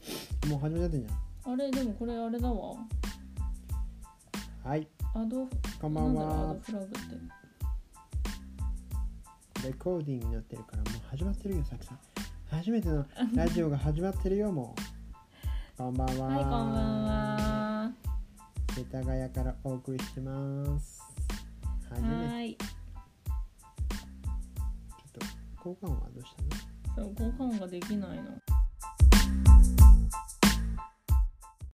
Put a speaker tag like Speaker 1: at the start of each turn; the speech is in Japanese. Speaker 1: 始めちゃってんじ
Speaker 2: あれでもこれあれだわ
Speaker 1: ゃんはい
Speaker 2: アド
Speaker 1: こんば
Speaker 2: なんんだろうアド
Speaker 1: は
Speaker 2: フラグって
Speaker 1: レコーディングになってるからもう始まってるよさきさん初めて のラジオが始まってるよもうこんばんは
Speaker 2: はいこんばんは
Speaker 1: 世田谷からお送りしてます初
Speaker 2: は
Speaker 1: めて
Speaker 2: ーい
Speaker 1: ちょっと交換音はどうしたの
Speaker 2: そう交換音ができないの